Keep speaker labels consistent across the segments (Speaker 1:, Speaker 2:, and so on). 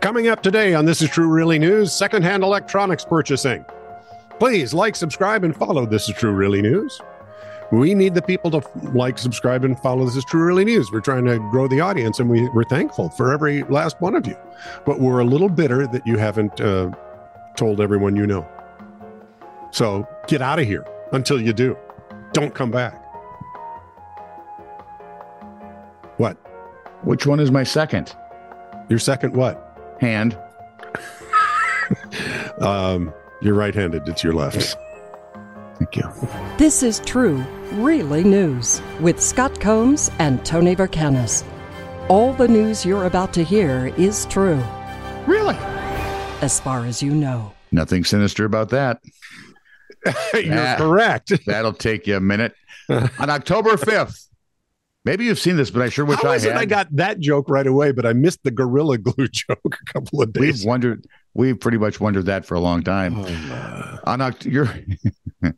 Speaker 1: Coming up today on This Is True Really News secondhand electronics purchasing. Please like, subscribe, and follow This Is True Really News. We need the people to like, subscribe, and follow This Is True Really News. We're trying to grow the audience, and we, we're thankful for every last one of you. But we're a little bitter that you haven't uh, told everyone you know. So get out of here until you do. Don't come back. What?
Speaker 2: Which one is my second
Speaker 1: Your second what?
Speaker 2: hand?
Speaker 1: Um, you're right-handed. It's your left.
Speaker 2: Thank you.
Speaker 3: This is true, really news with Scott Combs and Tony Vercanis. All the news you're about to hear is true,
Speaker 2: Really?
Speaker 3: as far as you know.
Speaker 2: Nothing sinister about that.
Speaker 1: you're
Speaker 2: Yeah.
Speaker 1: correct.
Speaker 2: That'll take you a minute. On October 5th, maybe you've seen this, but I sure wish
Speaker 1: How
Speaker 2: I
Speaker 1: is it
Speaker 2: had.
Speaker 1: I got that joke right away, but I missed the gorilla glue joke a couple of
Speaker 2: we've
Speaker 1: days.
Speaker 2: wondered, we've pretty much wondered that for a long time.
Speaker 1: Oh,
Speaker 2: On Oct- you're,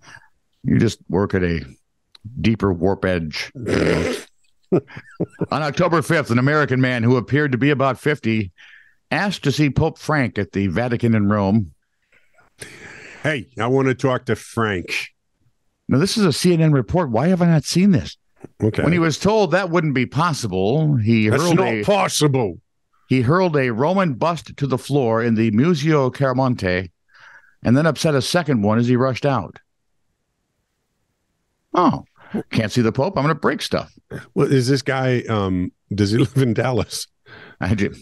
Speaker 2: you just work at a deeper warp edge.
Speaker 1: no.
Speaker 2: On October 5th, an American man who appeared to be about 50 asked to see Pope Frank at the Vatican in Rome.
Speaker 1: hey, I want to talk to Frank.
Speaker 2: Now, this is a CNN report. Why have I not seen this?
Speaker 1: Okay,
Speaker 2: When he was told that wouldn't be possible, he
Speaker 1: that's
Speaker 2: hurled,
Speaker 1: not
Speaker 2: a,
Speaker 1: possible.
Speaker 2: he hurled a Roman bust to the floor in the Museo Caramonte and then upset a second one as he rushed out. Oh, can't see the Pope. I'm going to break stuff.
Speaker 1: Well, is this guy? Um, does he live in Dallas?
Speaker 2: I do.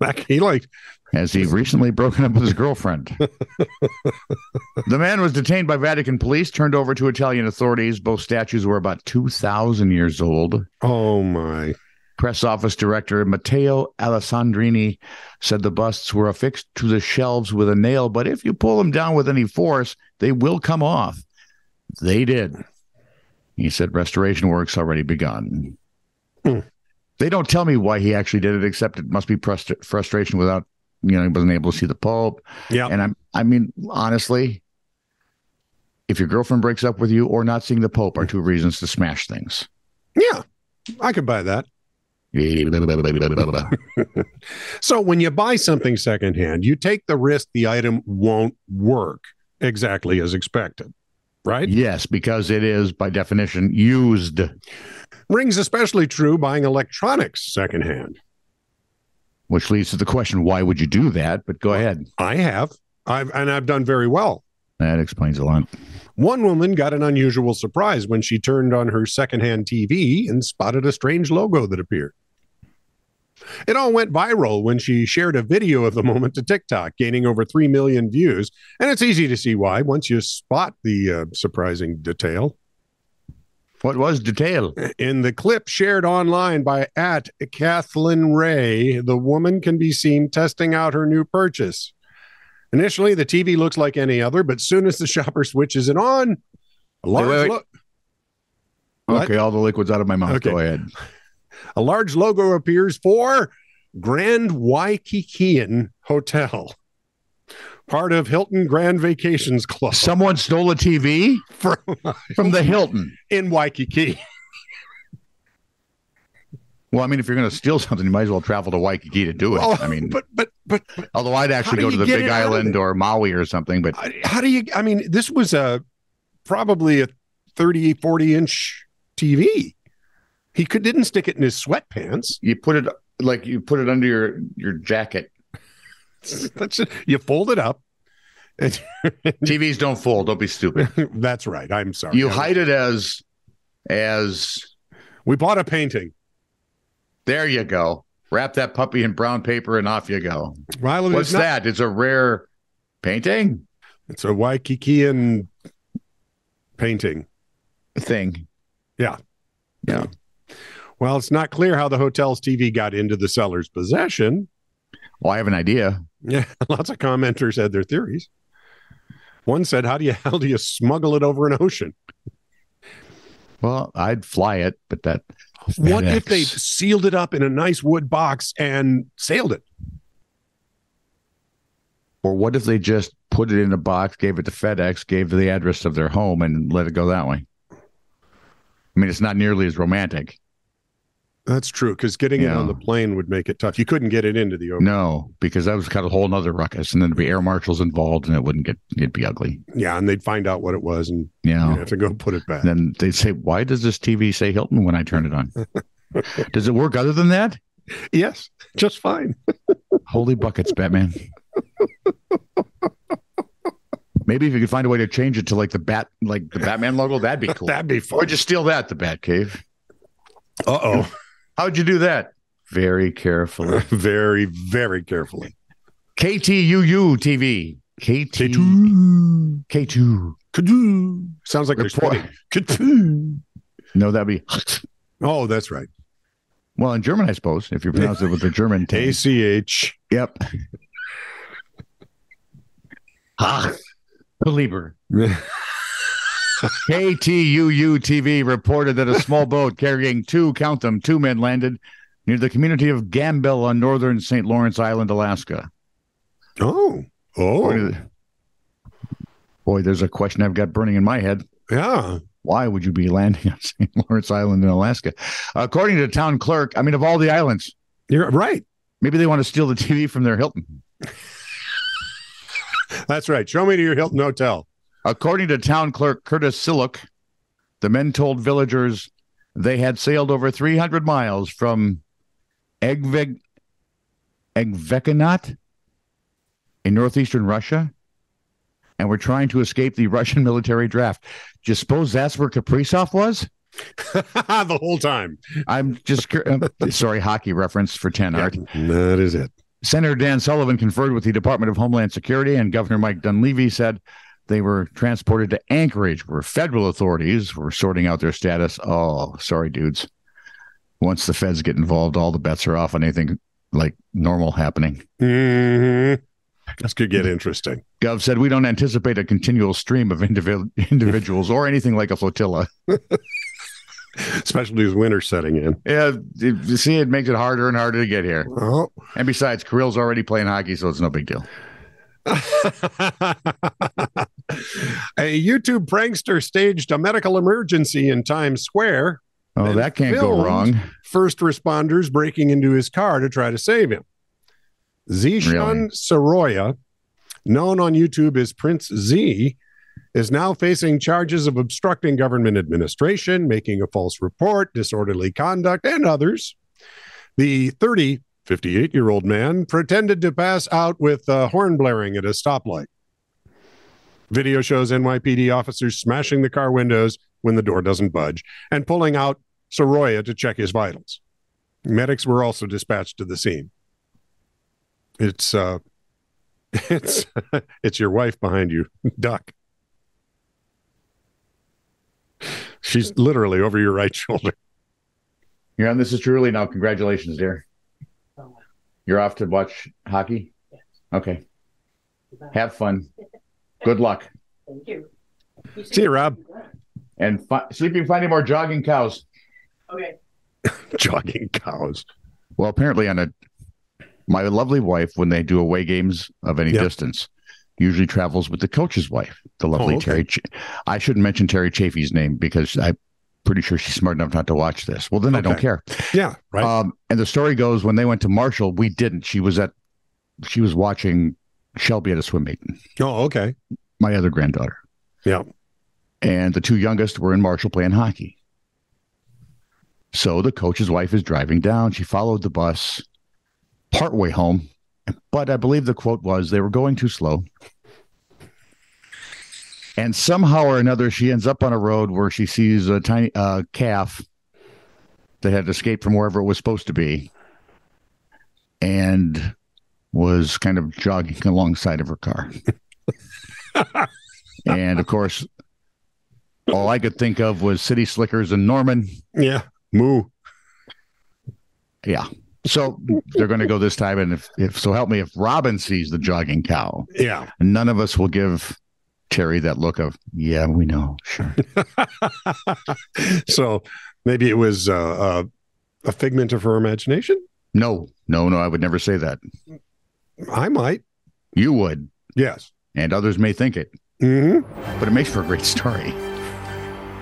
Speaker 1: Like he like
Speaker 2: as he recently broken up with his girlfriend. the man was detained by Vatican police, turned over to Italian authorities. Both statues were about 2,000 years old.
Speaker 1: oh my
Speaker 2: Press office director Matteo Alessandrini said the busts were affixed to the shelves with a nail, but if you pull them down with any force, they will come off. They did. He said restoration work's already begun.
Speaker 1: Hmm.
Speaker 2: They don't tell me why he actually did it, except it must be frust- frustration without, you know, he wasn't able to see the Pope.
Speaker 1: yeah.
Speaker 2: And I'm, I mean, honestly, if your girlfriend breaks up with you or not seeing the Pope are two reasons to smash things.
Speaker 1: Yeah, I could buy that. So when you buy something secondhand, you take the risk the item won't work exactly as expected, right?
Speaker 2: yes, because it is by definition used.
Speaker 1: Rings especially true buying electronics secondhand.
Speaker 2: Which leads to the question, why would you do that? But go ahead.
Speaker 1: I have, I've, and I've done very well.
Speaker 2: That explains a lot.
Speaker 1: One woman got an unusual surprise when she turned on her secondhand TV and spotted a strange logo that appeared. It all went viral when she shared a video of the moment to TikTok, gaining over 3 million views. And it's easy to see why once you spot the uh, surprising detail.
Speaker 2: What was detail?
Speaker 1: In the clip shared online by at Kathleen Ray, the woman can be seen testing out her new purchase. Initially, the TV looks like any other, but soon as the shopper switches it on, a large,
Speaker 2: wait, wait.
Speaker 1: lo- What?
Speaker 2: Okay, all the liquids out of my mouth.
Speaker 1: Okay.
Speaker 2: Go ahead.
Speaker 1: a large logo appears for Grand Waikikian Hotel, part of Hilton Grand Vacations Club
Speaker 2: Someone stole a TV
Speaker 1: from,
Speaker 2: from the Hilton.
Speaker 1: in Waikiki.
Speaker 2: Well, I mean, if you're going to steal something, you might as well travel to Waikiki to do it.
Speaker 1: Oh,
Speaker 2: I mean,
Speaker 1: but but but but
Speaker 2: although I'd actually
Speaker 1: do
Speaker 2: go
Speaker 1: you
Speaker 2: to the
Speaker 1: get
Speaker 2: Big
Speaker 1: it out of
Speaker 2: Island
Speaker 1: there?
Speaker 2: or Maui or something, but
Speaker 1: I- how do you i mean this was a probably a 30 40 inch tv he could didn't stick it in his sweatpants
Speaker 2: you put it like you put it under your your jacket.
Speaker 1: that's it. you fold it up and-
Speaker 2: TVs don't fold. Don't be stupid.
Speaker 1: that's right i'm sorry
Speaker 2: You hide it as as
Speaker 1: we bought a painting
Speaker 2: there you go. Wrap that puppy in brown paper and off you go.
Speaker 1: Well,
Speaker 2: What's
Speaker 1: it's not-
Speaker 2: that? It's a rare painting
Speaker 1: it's a waikikian painting
Speaker 2: thing.
Speaker 1: well it's not clear how the hotel's tv got into the seller's possession
Speaker 2: Well, I have an idea.
Speaker 1: Yeah, lots of commenters had their theories. One said, "How do you how do you smuggle it over an ocean?
Speaker 2: Well, I'd fly it, but that
Speaker 1: What if
Speaker 2: FedEx.
Speaker 1: they sealed it up in a nice wood box and sailed it?
Speaker 2: or what if they just put it in a box, gave it to FedEx, gave the address of their home, and let it go that way? I mean, it's not nearly as romantic.
Speaker 1: That's true. Because getting it
Speaker 2: Yeah.
Speaker 1: on the plane would make it tough. You couldn't get it into the open.
Speaker 2: No, because that was kind of a whole nother ruckus, and then there'd be air marshals involved, and it wouldn't get it'd be ugly.
Speaker 1: Yeah, and they'd find out what it was, and
Speaker 2: Yeah.
Speaker 1: you'd have to go put it back.
Speaker 2: And then they'd say, "Why does this TV say Hilton when I turn it on? does it work other than that?"
Speaker 1: Yes, just fine.
Speaker 2: Holy buckets, Batman! Maybe if you could find a way to change it to like the bat, like the Batman logo, that'd be cool.
Speaker 1: That'd be
Speaker 2: or
Speaker 1: fun.
Speaker 2: just steal that, the Batcave.
Speaker 1: Uh oh.
Speaker 2: How'd you do that? Very carefully.
Speaker 1: very, very carefully.
Speaker 2: KTUU TV. KT
Speaker 1: K2.
Speaker 2: K2.
Speaker 1: K2. Sounds like they're
Speaker 2: Report.
Speaker 1: spitting. K2.
Speaker 2: No, that'd be
Speaker 1: Oh, that's right.
Speaker 2: well in German, I suppose, if you pronounce it with the German
Speaker 1: A
Speaker 2: taste.
Speaker 1: C H.
Speaker 2: Yep. Ach, Belieber. KTUU TV reported that a small boat carrying two, count them, two men landed near the community of Gambell on northern St. Lawrence Island, Alaska.
Speaker 1: Oh.
Speaker 2: Boy,
Speaker 1: Oh.
Speaker 2: boy, there's a question I've got burning in my head.
Speaker 1: Yeah.
Speaker 2: Why would you be landing on St. Lawrence Island in Alaska? According to the town clerk, I mean, of all the islands,
Speaker 1: You're right.
Speaker 2: maybe they want to steal the TV from their Hilton.
Speaker 1: That's right. Show me to your Hilton Hotel.
Speaker 2: According to town clerk Curtis Sillick, the men told villagers they had sailed over 300 miles from Egveg, Egvekanat in northeastern Russia and were trying to escape the Russian military draft. Do you suppose that's where Kaprizov was?
Speaker 1: the whole time.
Speaker 2: I'm just cur- uh, sorry, hockey reference for 10 art.
Speaker 1: That is it.
Speaker 2: Senator Dan Sullivan conferred with the Department of Homeland Security, and Governor Mike Dunleavy said they were transported to Anchorage, where federal authorities were sorting out their status. Oh, sorry, dudes. Once the feds get involved, all the bets are off on anything like normal happening.
Speaker 1: Mm-hmm. This could get interesting.
Speaker 2: Gov said we don't anticipate a continual stream of individ- individuals or anything like a flotilla.
Speaker 1: Especially with winter setting in.
Speaker 2: Yeah, you see, it makes it harder and harder to get here.
Speaker 1: Oh.
Speaker 2: And besides, Kirill's already playing hockey, so it's no big deal.
Speaker 1: a YouTube prankster staged a medical emergency in Times Square.
Speaker 2: Oh,
Speaker 1: And
Speaker 2: that can't go
Speaker 1: filmed.
Speaker 2: wrong.
Speaker 1: First responders breaking into his car to try to save him. Zishan
Speaker 2: Really?
Speaker 1: Soroya, known on YouTube as Prince Z, is now facing charges of obstructing government administration, making a false report, disorderly conduct, and others. The 30, 58 year old man pretended to pass out with uh, horn blaring at a stoplight. Video shows NYPD officers smashing the car windows when the door doesn't budge and pulling out Soroya to check his vitals. Medics were also dispatched to the scene. It's uh it's it's your wife behind you. Duck. She's literally over your right shoulder.
Speaker 2: You're on This Is Truly now. Congratulations, dear. You're off to watch hockey? Okay. Have fun. Good luck.
Speaker 4: Thank you.
Speaker 1: See you, Rob.
Speaker 2: And fi- see if you can find any more jogging cows.
Speaker 4: Okay.
Speaker 1: Jogging cows.
Speaker 2: Well, apparently, on a my lovely wife, when they do away games of any
Speaker 1: Yeah.
Speaker 2: distance, usually travels with the coach's wife, the lovely
Speaker 1: okay.
Speaker 2: Terry. Ch- I shouldn't mention Terry Chafee's name because I'm pretty sure she's smart enough not to watch this. Well, then I don't
Speaker 1: Okay.
Speaker 2: care.
Speaker 1: Yeah, Uh, right.
Speaker 2: Um, and the story goes when they went to Marshall, we didn't. She was at, she was watching Shelby at a swim meet.
Speaker 1: oh, okay.
Speaker 2: my other granddaughter.
Speaker 1: Yeah.
Speaker 2: And the two youngest were in Marshall playing hockey. So the coach's wife is driving down. She followed the bus partway home, but I believe the quote was they were going too slow. And somehow or another, she ends up on a road where she sees a tiny uh, calf that had escaped from wherever it was supposed to be and was kind of jogging alongside of her car. and of course, all I could think of was City Slickers and Norman.
Speaker 1: Yeah. Moo.
Speaker 2: Yeah. So they're going to go this time. And if, if so, help me if Robin sees the jogging cow,
Speaker 1: Yeah.
Speaker 2: none of us will give Terry that look of, yeah, we know. Sure.
Speaker 1: so maybe it was uh, uh, a figment of her imagination.
Speaker 2: No, no, no, I would never say that.
Speaker 1: I might.
Speaker 2: You would,
Speaker 1: Yes.
Speaker 2: and others may think it,
Speaker 1: hmm
Speaker 2: but it makes for a great story.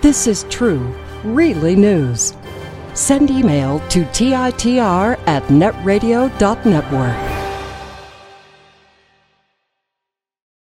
Speaker 3: This is true, really news. Send email to TITR at netradio.network.